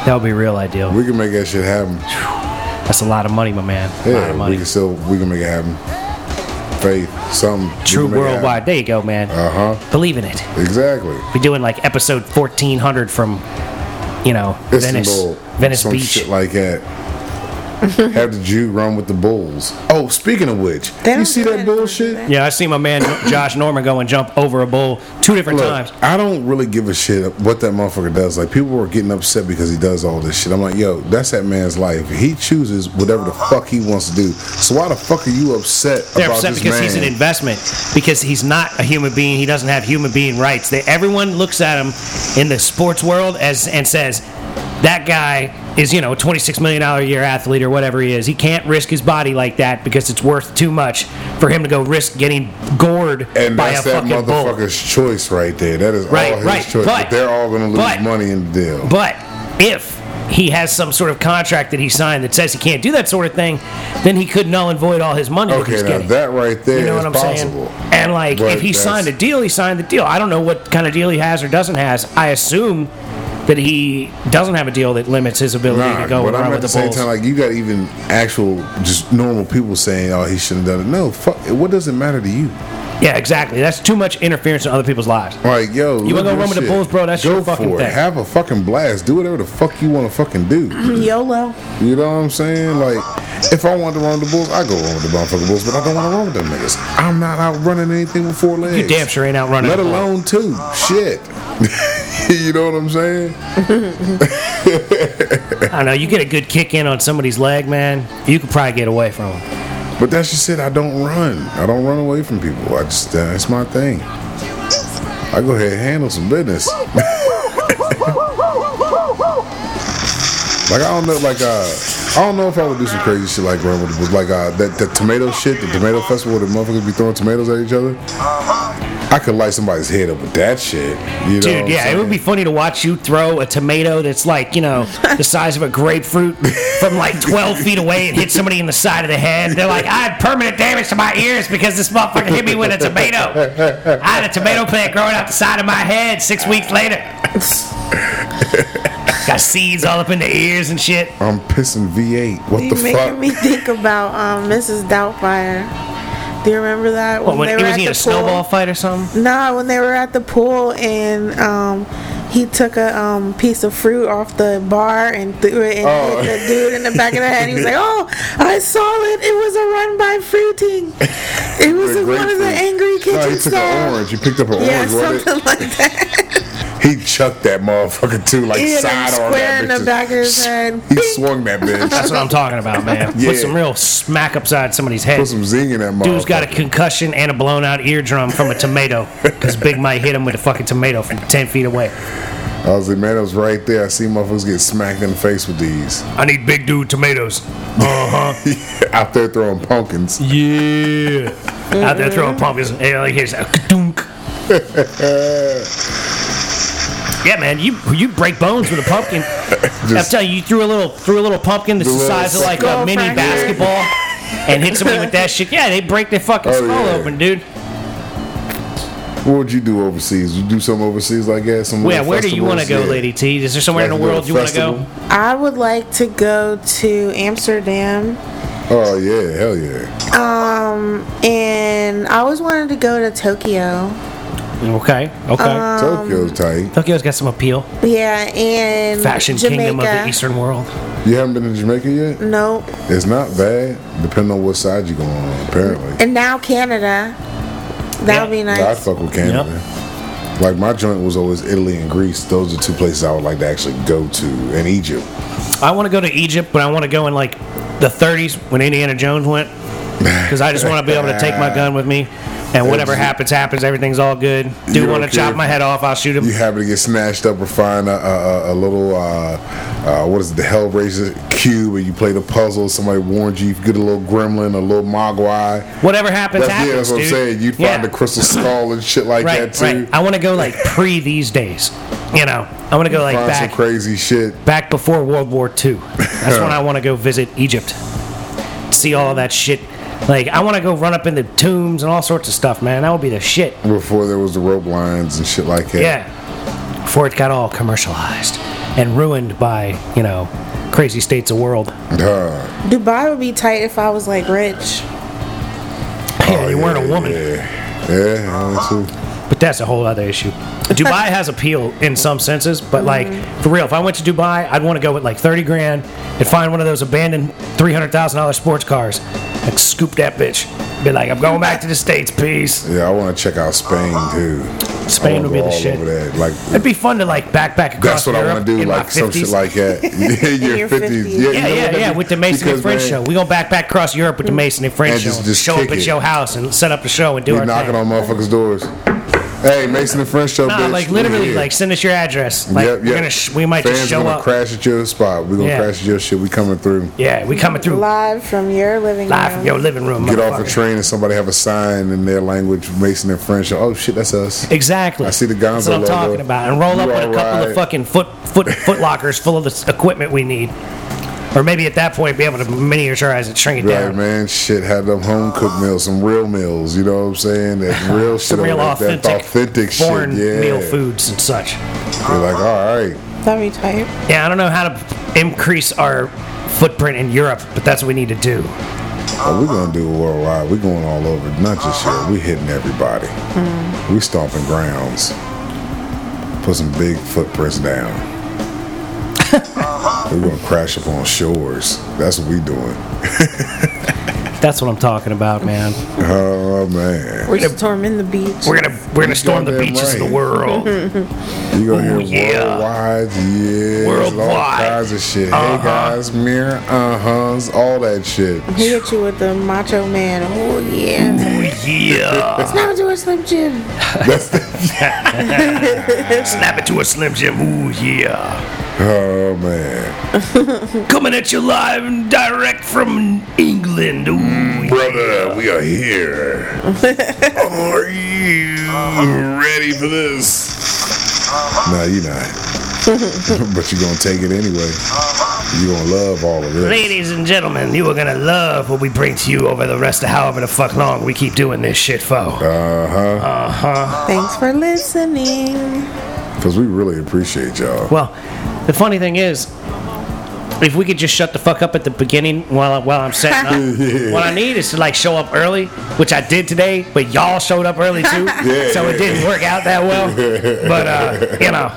A: That would be real ideal.
C: we can make that shit happen.
A: That's a lot of money, my man. a lot
C: Yeah,
A: of
C: we
A: money.
C: can still we can make it happen. Faith, some
A: True worldwide. There you go, man.
C: Uh huh.
A: Believe in it.
C: Exactly.
A: We're doing like episode 1400 from, you know,
C: Istanbul,
A: Venice, Venice
C: some
A: Beach.
C: shit like that. Have the Jew run with the bulls. Oh, speaking of which,
B: They
C: you
B: don't
C: see
B: do
C: that
B: that.
C: bullshit?
A: Yeah, I see my man Josh Norman go and jump over a bull two different times.
C: Look, I don't really give a shit what that motherfucker does. Like people were getting upset because he does all this shit. I'm like, yo, that's that man's life. He chooses whatever the fuck he wants to do. So why the fuck are you upset
A: They're
C: about
A: upset
C: this
A: because
C: man?
A: he's an investment. Because he's not a human being. He doesn't have human being rights. They, everyone looks at him in the sports world as and says, that guy is, you know, a $26 million a year athlete or whatever he is. He can't risk his body like that because it's worth too much for him to go risk getting gored
C: and
A: by
C: that's
A: a
C: that
A: fucking bull.
C: motherfucker's choice right there. That is
A: Right,
C: all his
A: right,
C: choice. But,
A: but-
C: they're all gonna lose
A: but-
C: money in the deal.
A: But if he has some sort of contract that he signed that says he can't do that sort of thing, then he could null and void all his money that
C: okay,
A: he's
C: now
A: getting.
C: that right there is
A: you know what I'm
C: possible.
A: saying? And like,
C: But
A: if he
C: that's-
A: signed a deal, he signed the deal. I don't know what kind of deal he has or doesn't has. I assume that he doesn't have a deal that limits his ability
C: Nah,
A: to go
C: but
A: and
C: I'm
A: run
C: at
A: with
C: the
A: the
C: same
A: Bulls.
C: time, like you got even actual, just normal people saying, "Oh, he shouldn't have done it." No, fuck. What does it matter to you?
A: yeah, exactly. That's too much interference in other people's lives.
C: Like, yo,
A: You
C: look
A: wanna go
C: at
A: run
C: this
A: with the
C: shit.
A: Bulls, bro? That's
C: go
A: your fucking
C: for it.
A: thing.
C: Have a fucking blast. Do whatever the fuck you want to fucking do.
B: YOLO.
C: You know what I'm saying? Like, if I wanted to run with the Bulls, I go run with the motherfucking Bulls, but I don't want to run with them niggas. I'm not out running anything with four legs.
A: You damn sure ain't out running.
C: Let
A: the ball.
C: alone two. Shit. you know what I'm saying?
A: I don't know. You get a good kick in on somebody's leg, man. You could probably get away from him.
C: But that's just it. I don't run. I don't run away from people. I just uh, that's my thing. I go ahead and handle some business. like I don't know. Like uh, I don't know if I would do some crazy shit like run with the Bulls. Like uh, that the tomato shit, the tomato festival, where the motherfuckers be throwing tomatoes at each other. I could light somebody's head up with that shit. You know
A: Dude,
C: what I'm
A: yeah, it would
C: saying?
A: be funny to watch you throw a tomato that's like, you know, the size of a grapefruit from like 12 feet away and hit somebody in the side of the head. They're like, I had permanent damage to my ears because this motherfucker hit me with a tomato. I had a tomato plant growing out the side of my head six weeks later. Got seeds all up in the ears and shit.
C: I'm pissing V8. What
B: You
C: the
B: making
C: fuck?
B: me think about um, Mrs. Doubtfire. Do you remember that
A: What, when, it was he in a snowball
B: pool?
A: fight or something?
B: No, when they were at the pool and um, he took a um, piece of fruit off the bar and threw it and
C: Oh.
B: hit the dude in the back of the head. He was like, "Oh, I saw it. It was a run by fruiting. It was
C: The
B: one of the
C: grapefruit.
B: angry kitchen
C: No, he took an
B: staff."
C: orange. He picked up an
B: Yeah,
C: orange. wasn't it?
B: something like that.
C: He chucked that motherfucker too, like
B: He hit him
C: side on
B: square
C: that
B: in the
C: bitch.
B: back of his head.
C: He swung that
A: That's
C: bitch.
A: what I'm talking about, man.
C: Yeah.
A: Put some real smack upside somebody's head.
C: Put some zing in that motherfucker.
A: Dude's got a concussion and a blown out eardrum from a tomato because Big Mike hit him with a fucking tomato from 10 feet away.
C: I was like, man, it was right there. I see motherfuckers get smacked in the face with these.
A: I need big dude tomatoes. Uh huh.
C: Out there throwing pumpkins.
A: Yeah. Out there throwing pumpkins. Yeah, like here's a dunk. Yeah, man, you you break bones with a pumpkin. I'm
C: Just-
A: telling you, you threw a little threw a little pumpkin that's
C: The
A: the,
C: little
A: size of like a
B: skull
A: mini
B: fracture.
A: basketball, and hit somebody with that shit. Yeah, they break their fucking
C: Oh,
A: skull
C: yeah.
A: open, dude.
C: What would you do overseas? You do something overseas like that? Some
A: Yeah,
C: little
A: where do you want to go,
C: festivals? Yeah.
A: Lady T? Is there somewhere
C: Like
A: in
C: a
A: the
C: little
A: world you want to go?
C: festival?
B: I would like to go to Amsterdam um,
C: Oh yeah, hell yeah.
B: and I always wanted to go to Tokyo.
A: Okay. Okay.
C: Um,
B: Um,
C: Tokyo's tight.
A: Tokyo's got some appeal.
B: Yeah, and
A: Fashion
B: Jamaica.
A: kingdom of the Eastern world.
C: You haven't been to Jamaica yet?
B: Nope.
C: It's not bad, depending on what side you go on. Apparently,
B: And now Canada. That would be
C: I
B: nice.
C: fuck with Canada. Like my joint was always Italy and Greece. Those are two places I would like to actually go to, and Egypt.
A: I want to go to Egypt, but I want to go in like the 30s when Indiana Jones went, because I just want to be able to take my gun with me, and whatever happens, happens. Everything's all good. Do
C: You
A: want to
C: okay
A: chop
C: if-
A: my head off? I'll shoot him.
C: You happen to get snatched up or find a, a, a- a little uh, uh, what is it, the Hellraiser cube, and you play the puzzle. Somebody warned you, you get a little gremlin, a little mogwai.
A: Whatever happens,
C: That's,
A: happens.
C: yeah, that's what I'm
A: dude.
C: saying. You'd
A: Yeah.
C: find the crystal skull and shit like
A: right,
C: that too.
A: right. I want to go like pre these days. You know, I want to go like
C: find
A: back
C: some crazy shit.
A: back before World War II. That's when I want to go visit Egypt, see all that shit. Like I want to go run up in the tombs and all sorts of stuff, man. That would be the shit.
C: Before there was the rope lines and shit like that.
A: Yeah. Before it got all commercialized and ruined by, you know, crazy states of world.
C: Duh.
B: Dubai would be tight if I was like rich.
A: yeah, you weren't a
C: Oh, yeah,
A: woman.
C: Yeah, yeah that too.
A: But that's a whole other issue. Dubai has appeal in some senses, but like for real, if I went to Dubai, I'd want to go with like 30 grand and find one of those abandoned $300,000 sports cars. Like scoop that bitch. Be like, I'm going back to the States, peace.
C: Yeah, I want to check out Spain too.
A: Spain would
C: I wanna go
A: be the
C: all
A: shit.
C: Over that. Like
A: It'd be fun to like backpack across
C: that's what I
A: Europe
C: want to do,
A: in my
C: like some
A: 50s.
C: shit like that. Yeah, in
B: your
C: your
B: 50s.
C: fifties.
A: Yeah, yeah, yeah, with the Mason and French show. We're going to backpack across Europe with the Mason and French
C: And
A: show.
C: just- just
A: show up
C: kick
A: at
C: it.
A: your house and set up the show and do
C: We're
A: our
C: knocking
A: thing.
C: on motherfuckers' doors. Hey, Mason and French show,
A: nah,
C: bitch.
A: like
C: we
A: literally,
C: here.
A: like send us your address. Like
C: Yep,
A: we're
C: yep.
A: gonna sh- we might
C: Fans
A: just show
C: gonna
A: up.
C: crash at your spot. We're gonna
A: Yeah.
C: crash at your shit. We coming through.
A: yeah, we coming through live,
B: Live from your living
A: from
B: room.
A: your living room.
C: Get off a
A: motherfucker.
C: train and somebody have a sign in their language, Mason and French. Oh shit, that's us.
A: Exactly.
C: I see the
A: That's what I'm
C: Gonzo logo.
A: talking about. And roll up
C: You
A: with a
C: all
A: couple of
C: right.
A: fucking foot foot foot lockers full of the s- equipment we need. Or maybe at that point be able to miniaturize it, shrink it
C: Right,
A: down.
C: man. Shit, have them home cooked meals, some real meals. You know what I'm saying? That real shit,
A: Some real
C: like
A: authentic,
C: that authentic shit.
A: foreign
C: Yeah,
A: meal foods and such.
C: You're like, all right,
B: That'd be tight.
A: Yeah, I don't know how to increase our footprint in Europe, but that's what we need to do.
C: well, we're oh, gonna do it worldwide. We're going all over, not just here. We hitting everybody.
A: Mm.
C: We stomping grounds. Put some big footprints down. we're gonna crash upon shores. That's what we doing.
A: That's what I'm talking about, man.
C: Oh man,
B: We're storming the beach.
A: We're gonna we're gonna storm the
C: Goddamn
A: beaches of
C: right.
A: the world.
C: you gonna hear
A: yeah.
C: worldwide, yeah, all
A: Worldwide. Uh-huh.
C: kinds of shit. Hey guys, mirror, uh huhs, all that shit.
B: He hit you with the macho man. Oh yeah.
A: yeah.
B: It's not to a slim jim.
C: That's the
A: Snap it to a Slim Jim. Ooh, yeah.
C: Oh man,
A: Coming at you live and direct from England. Ooh,
C: brother, we are here. are you ready for this?
A: Uh-huh.
C: No, you're not. but you're gonna take it anyway.
A: Uh-huh.
C: You're gonna love all of this.
A: Ladies and gentlemen, you are gonna love what we bring to you over the rest of however the fuck long we keep doing this shit for.
C: Uh huh.
B: Thanks for listening.
C: Because we really appreciate y'all.
A: Well, the funny thing is, if we could just shut the fuck up at the beginning while while I'm setting up, what I need is to like show up early, which I did today, but y'all showed up early too, so it didn't work out that well. But uh, you know,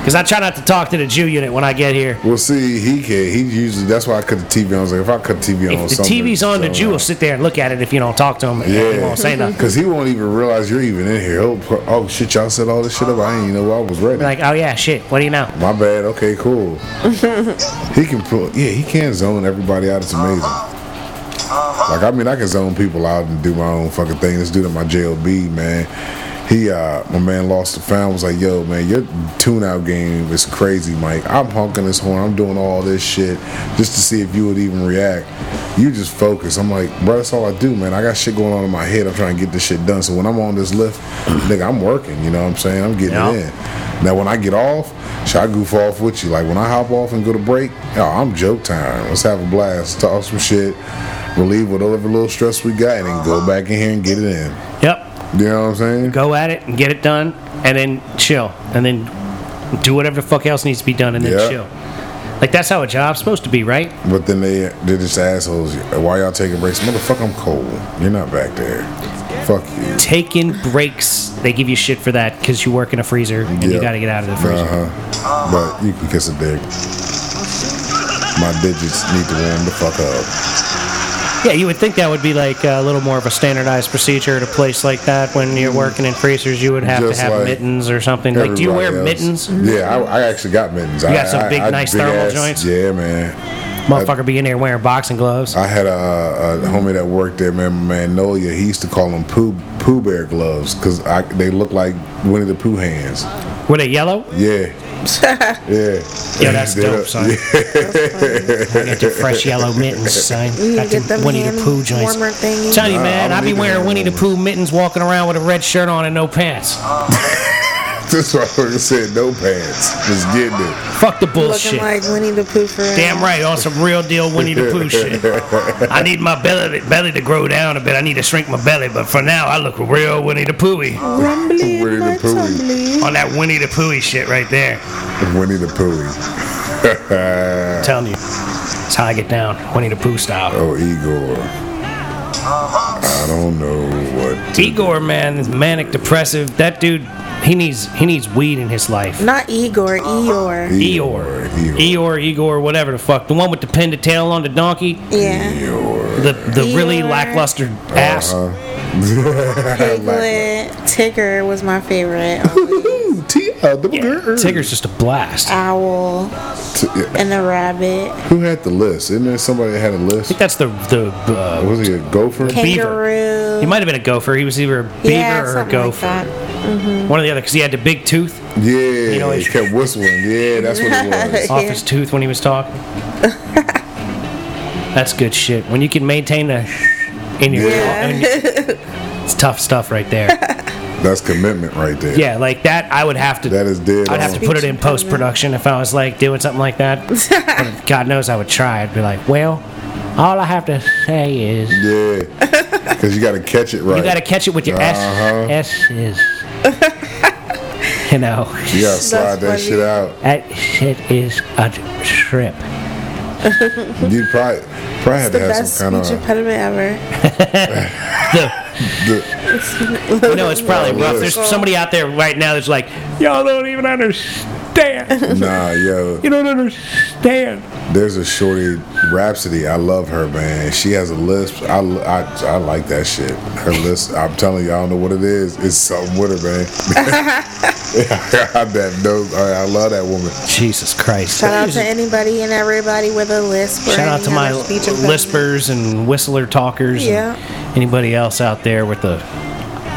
A: because I try not to talk to the Jew unit when I get here.
C: Well, see, he can. He usually. That's why I cut the TV on. I was like, if I cut the TV on,
A: If the
C: something- uh,
A: TV's on, the Jew will sit there and look at it if you don't talk to him. and He won't say nothing.
C: Cause he won't even realize you're even in here. He'll put, oh shit, y'all said all this shit up. I didn't even know I was ready.
A: Be like, oh yeah, shit. What do you know?
C: My bad. Okay, cool. he can pull. Yeah, he can zone everybody out. It's amazing. Like I mean, I can zone people out and do my own fucking thing. This dude at my JLB, man. He, uh, my man, lost the fan. Was like, "Yo, man, your tune-out game is crazy, Mike. I'm honking this horn. I'm doing all this shit just to see if you would even react. You just focus." I'm like, "Bro, that's all I do, man. I got shit going on in my head. I'm trying to get this shit done. So when I'm on this lift, nigga, I'm working. You know what I'm saying? I'm getting
A: Yeah.
C: it in." Now when I get off, shit, I goof off with you. Like when I hop off and go to break, yo, I'm joke time. Let's have a blast, talk some shit, relieve whatever little stress we got, and then
A: Uh-huh.
C: go back in here and get it in.
A: Yep.
C: You know what I'm saying?
A: go at it and get it done and then chill and then do whatever the fuck else needs to be done and then
C: Yeah.
A: chill Like that's how a job's supposed to be, right?
C: But then they they just assholes. Why y'all taking breaks? Motherfucker, I'm cold. You're not back there. Fuck you.
A: Taking breaks, they give you shit for that because you work in a freezer and you
C: Yeah.
A: got to get out of the freezer.
C: Uh huh. But you can kiss a dick. My digits need to warm the fuck up.
A: Yeah, you would think that would be like a little more of a standardized procedure at a place like that. When you're working in freezers, you would have
C: Mm. Just
A: to have
C: like
A: mittens or something. Like, do you wear
C: Everybody else.
A: mittens?
C: Yeah, I, I actually got mittens. You
A: got some big, nice thermal joints?
C: Yeah, man.
A: Motherfucker, be in there wearing boxing gloves.
C: I had a, a homie that worked there, man, Magnolia. He used to call them Pooh, poo Bear gloves because they look like Winnie the Pooh hands.
A: Were they yellow?
C: Yeah. yeah.
A: Yeah, that's
C: They
A: dope,
C: look-
A: son. I get the fresh yellow mittens, son.
B: You
A: Got
B: get
A: them
B: them
A: Winnie the
B: hand
A: Pooh joints.
B: warmer thingy.
A: Tell you,
C: Nah,
A: man,
C: I
A: I
C: don't
A: be
C: need the
A: wearing
C: hand
A: Winnie the Pooh mittons, walking around with a red shirt on and no pants.
C: That's why I said no pants. Just getting it.
A: Fuck the
B: Looking
A: bullshit.
B: like Winnie the Pooh for real.
A: Damn right, on some real deal Winnie the Pooh shit. I need my belly belly to grow down a bit. I need to shrink my belly, but for now, I look real Winnie the Poohy
B: Rumbly in
C: Winnie the
B: my
C: Pooh.
B: tumbly.
A: on that Winnie the Poohy shit right there.
C: Winnie the Pooh.
A: I'm telling you, that's how I get down, Winnie the Pooh style.
C: oh, Igor. I don't know what. to-
A: Igor, man, is manic depressive. That dude, he needs he needs weed in his life.
B: Not Igor,
A: Uh,
B: Eeyore.
A: Eeyore.
C: Eeyore.
A: Eeyore, Igor, whatever the fuck. The one with the pinned tail on the donkey.
B: Yeah.
C: Eeyore.
A: The the really
B: Eeyore.
A: lackluster
C: Uh-huh.
A: ass.
B: Piglet. Tigger was my favorite.
C: Ooh, T- uh, double
B: Uh-uh.
C: girl.
A: Tigger's just a blast.
B: Uh.
A: I
B: Owl
C: T- yeah.
B: and the rabbit.
C: Who had the list? Isn't there somebody that had a list?
A: think that's the the. Uh,
C: Was he a gopher?
A: Beaver.
B: Kangaroo.
A: he might have been a gopher. He was either a beaver
B: yeah,
A: or a
B: something like
A: gopher.
B: that.
A: One or the other, because he had the big tooth
C: Yeah,
A: You know,
C: he
A: it's-
C: kept whistling. Yeah, that's what it was.
A: off
B: Yeah.
A: his tooth when he was talking. That's good shit. When you can maintain a in your,
B: Yeah.
A: in your- it's tough stuff right there.
C: That's commitment right there.
A: Yeah, like that. I would have to.
C: That is dead
A: I'd have
C: on.
A: to put it in post production if I was like doing something like that. But God knows I would try. I'd be like, well, all I have to say is
C: Yeah, because you got to catch it right.
A: you got to catch it with your
C: Uh-huh.
A: S S is. You know,
C: You gotta slide that
B: That's
C: shit out.
A: that shit is a trip.
C: You probably probably had
B: The
C: to have
B: best
C: some kind
B: speech
C: of
B: impediment ever.
A: You know, Oh, it's probably rough.
C: yeah.
A: There's somebody out there right now that's like, y'all don't even understand.
C: Nah, yo.
A: You don't understand.
C: There's a shorty Rhapsody. I love her, man. She has a lisp. I, I, I like that shit. Her lisp. I'm telling you, I don't know what it is. It's something with her, man. I, that nose, I, I love that woman.
A: Jesus Christ.
B: Shout out to anybody and everybody with a lisp. or
A: Shout out
B: any
A: to my
B: other speech impediment.
A: lispers and whistler talkers
B: Yeah.
A: and anybody else out there with a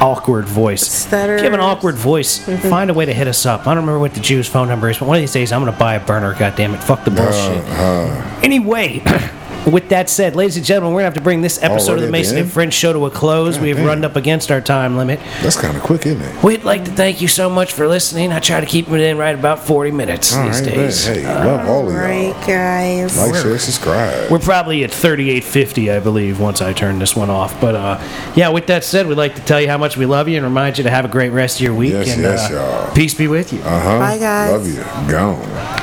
A: awkward voice.
B: Stutter.
A: If you have an awkward voice,
B: Mm-hmm.
A: find a way to hit us up. I don't remember what the Jew's phone number is, but one of these days I'm going to buy a burner, goddammit. Fuck the bullshit.
C: Uh,
A: Anyway, with that said, ladies and gentlemen, we're going to have to bring this episode of
C: Already
A: the
C: at
A: Mason
C: the
A: and
C: end?
A: French show to a close. We've
C: damn.
A: run up against our time limit.
C: uh, That's kind of quick, isn't it?
A: We'd like to thank you so much for listening. I try to keep it in right about 40 minutes
C: All
A: these
C: right, man.
A: days.
C: Hey, love all of y'all.
B: Right, guys.
C: Like, share, subscribe.
A: We're probably at 3850, I believe, once I turn this one off. But uh, yeah, with that said, we'd like to tell you how much we love you and remind you to have a great rest of your week.
C: Yes,
A: and
C: yes,
A: uh,
C: y'all.
A: peace be with you.
C: Uh huh.
B: Bye, guys.
C: Love you. Gone.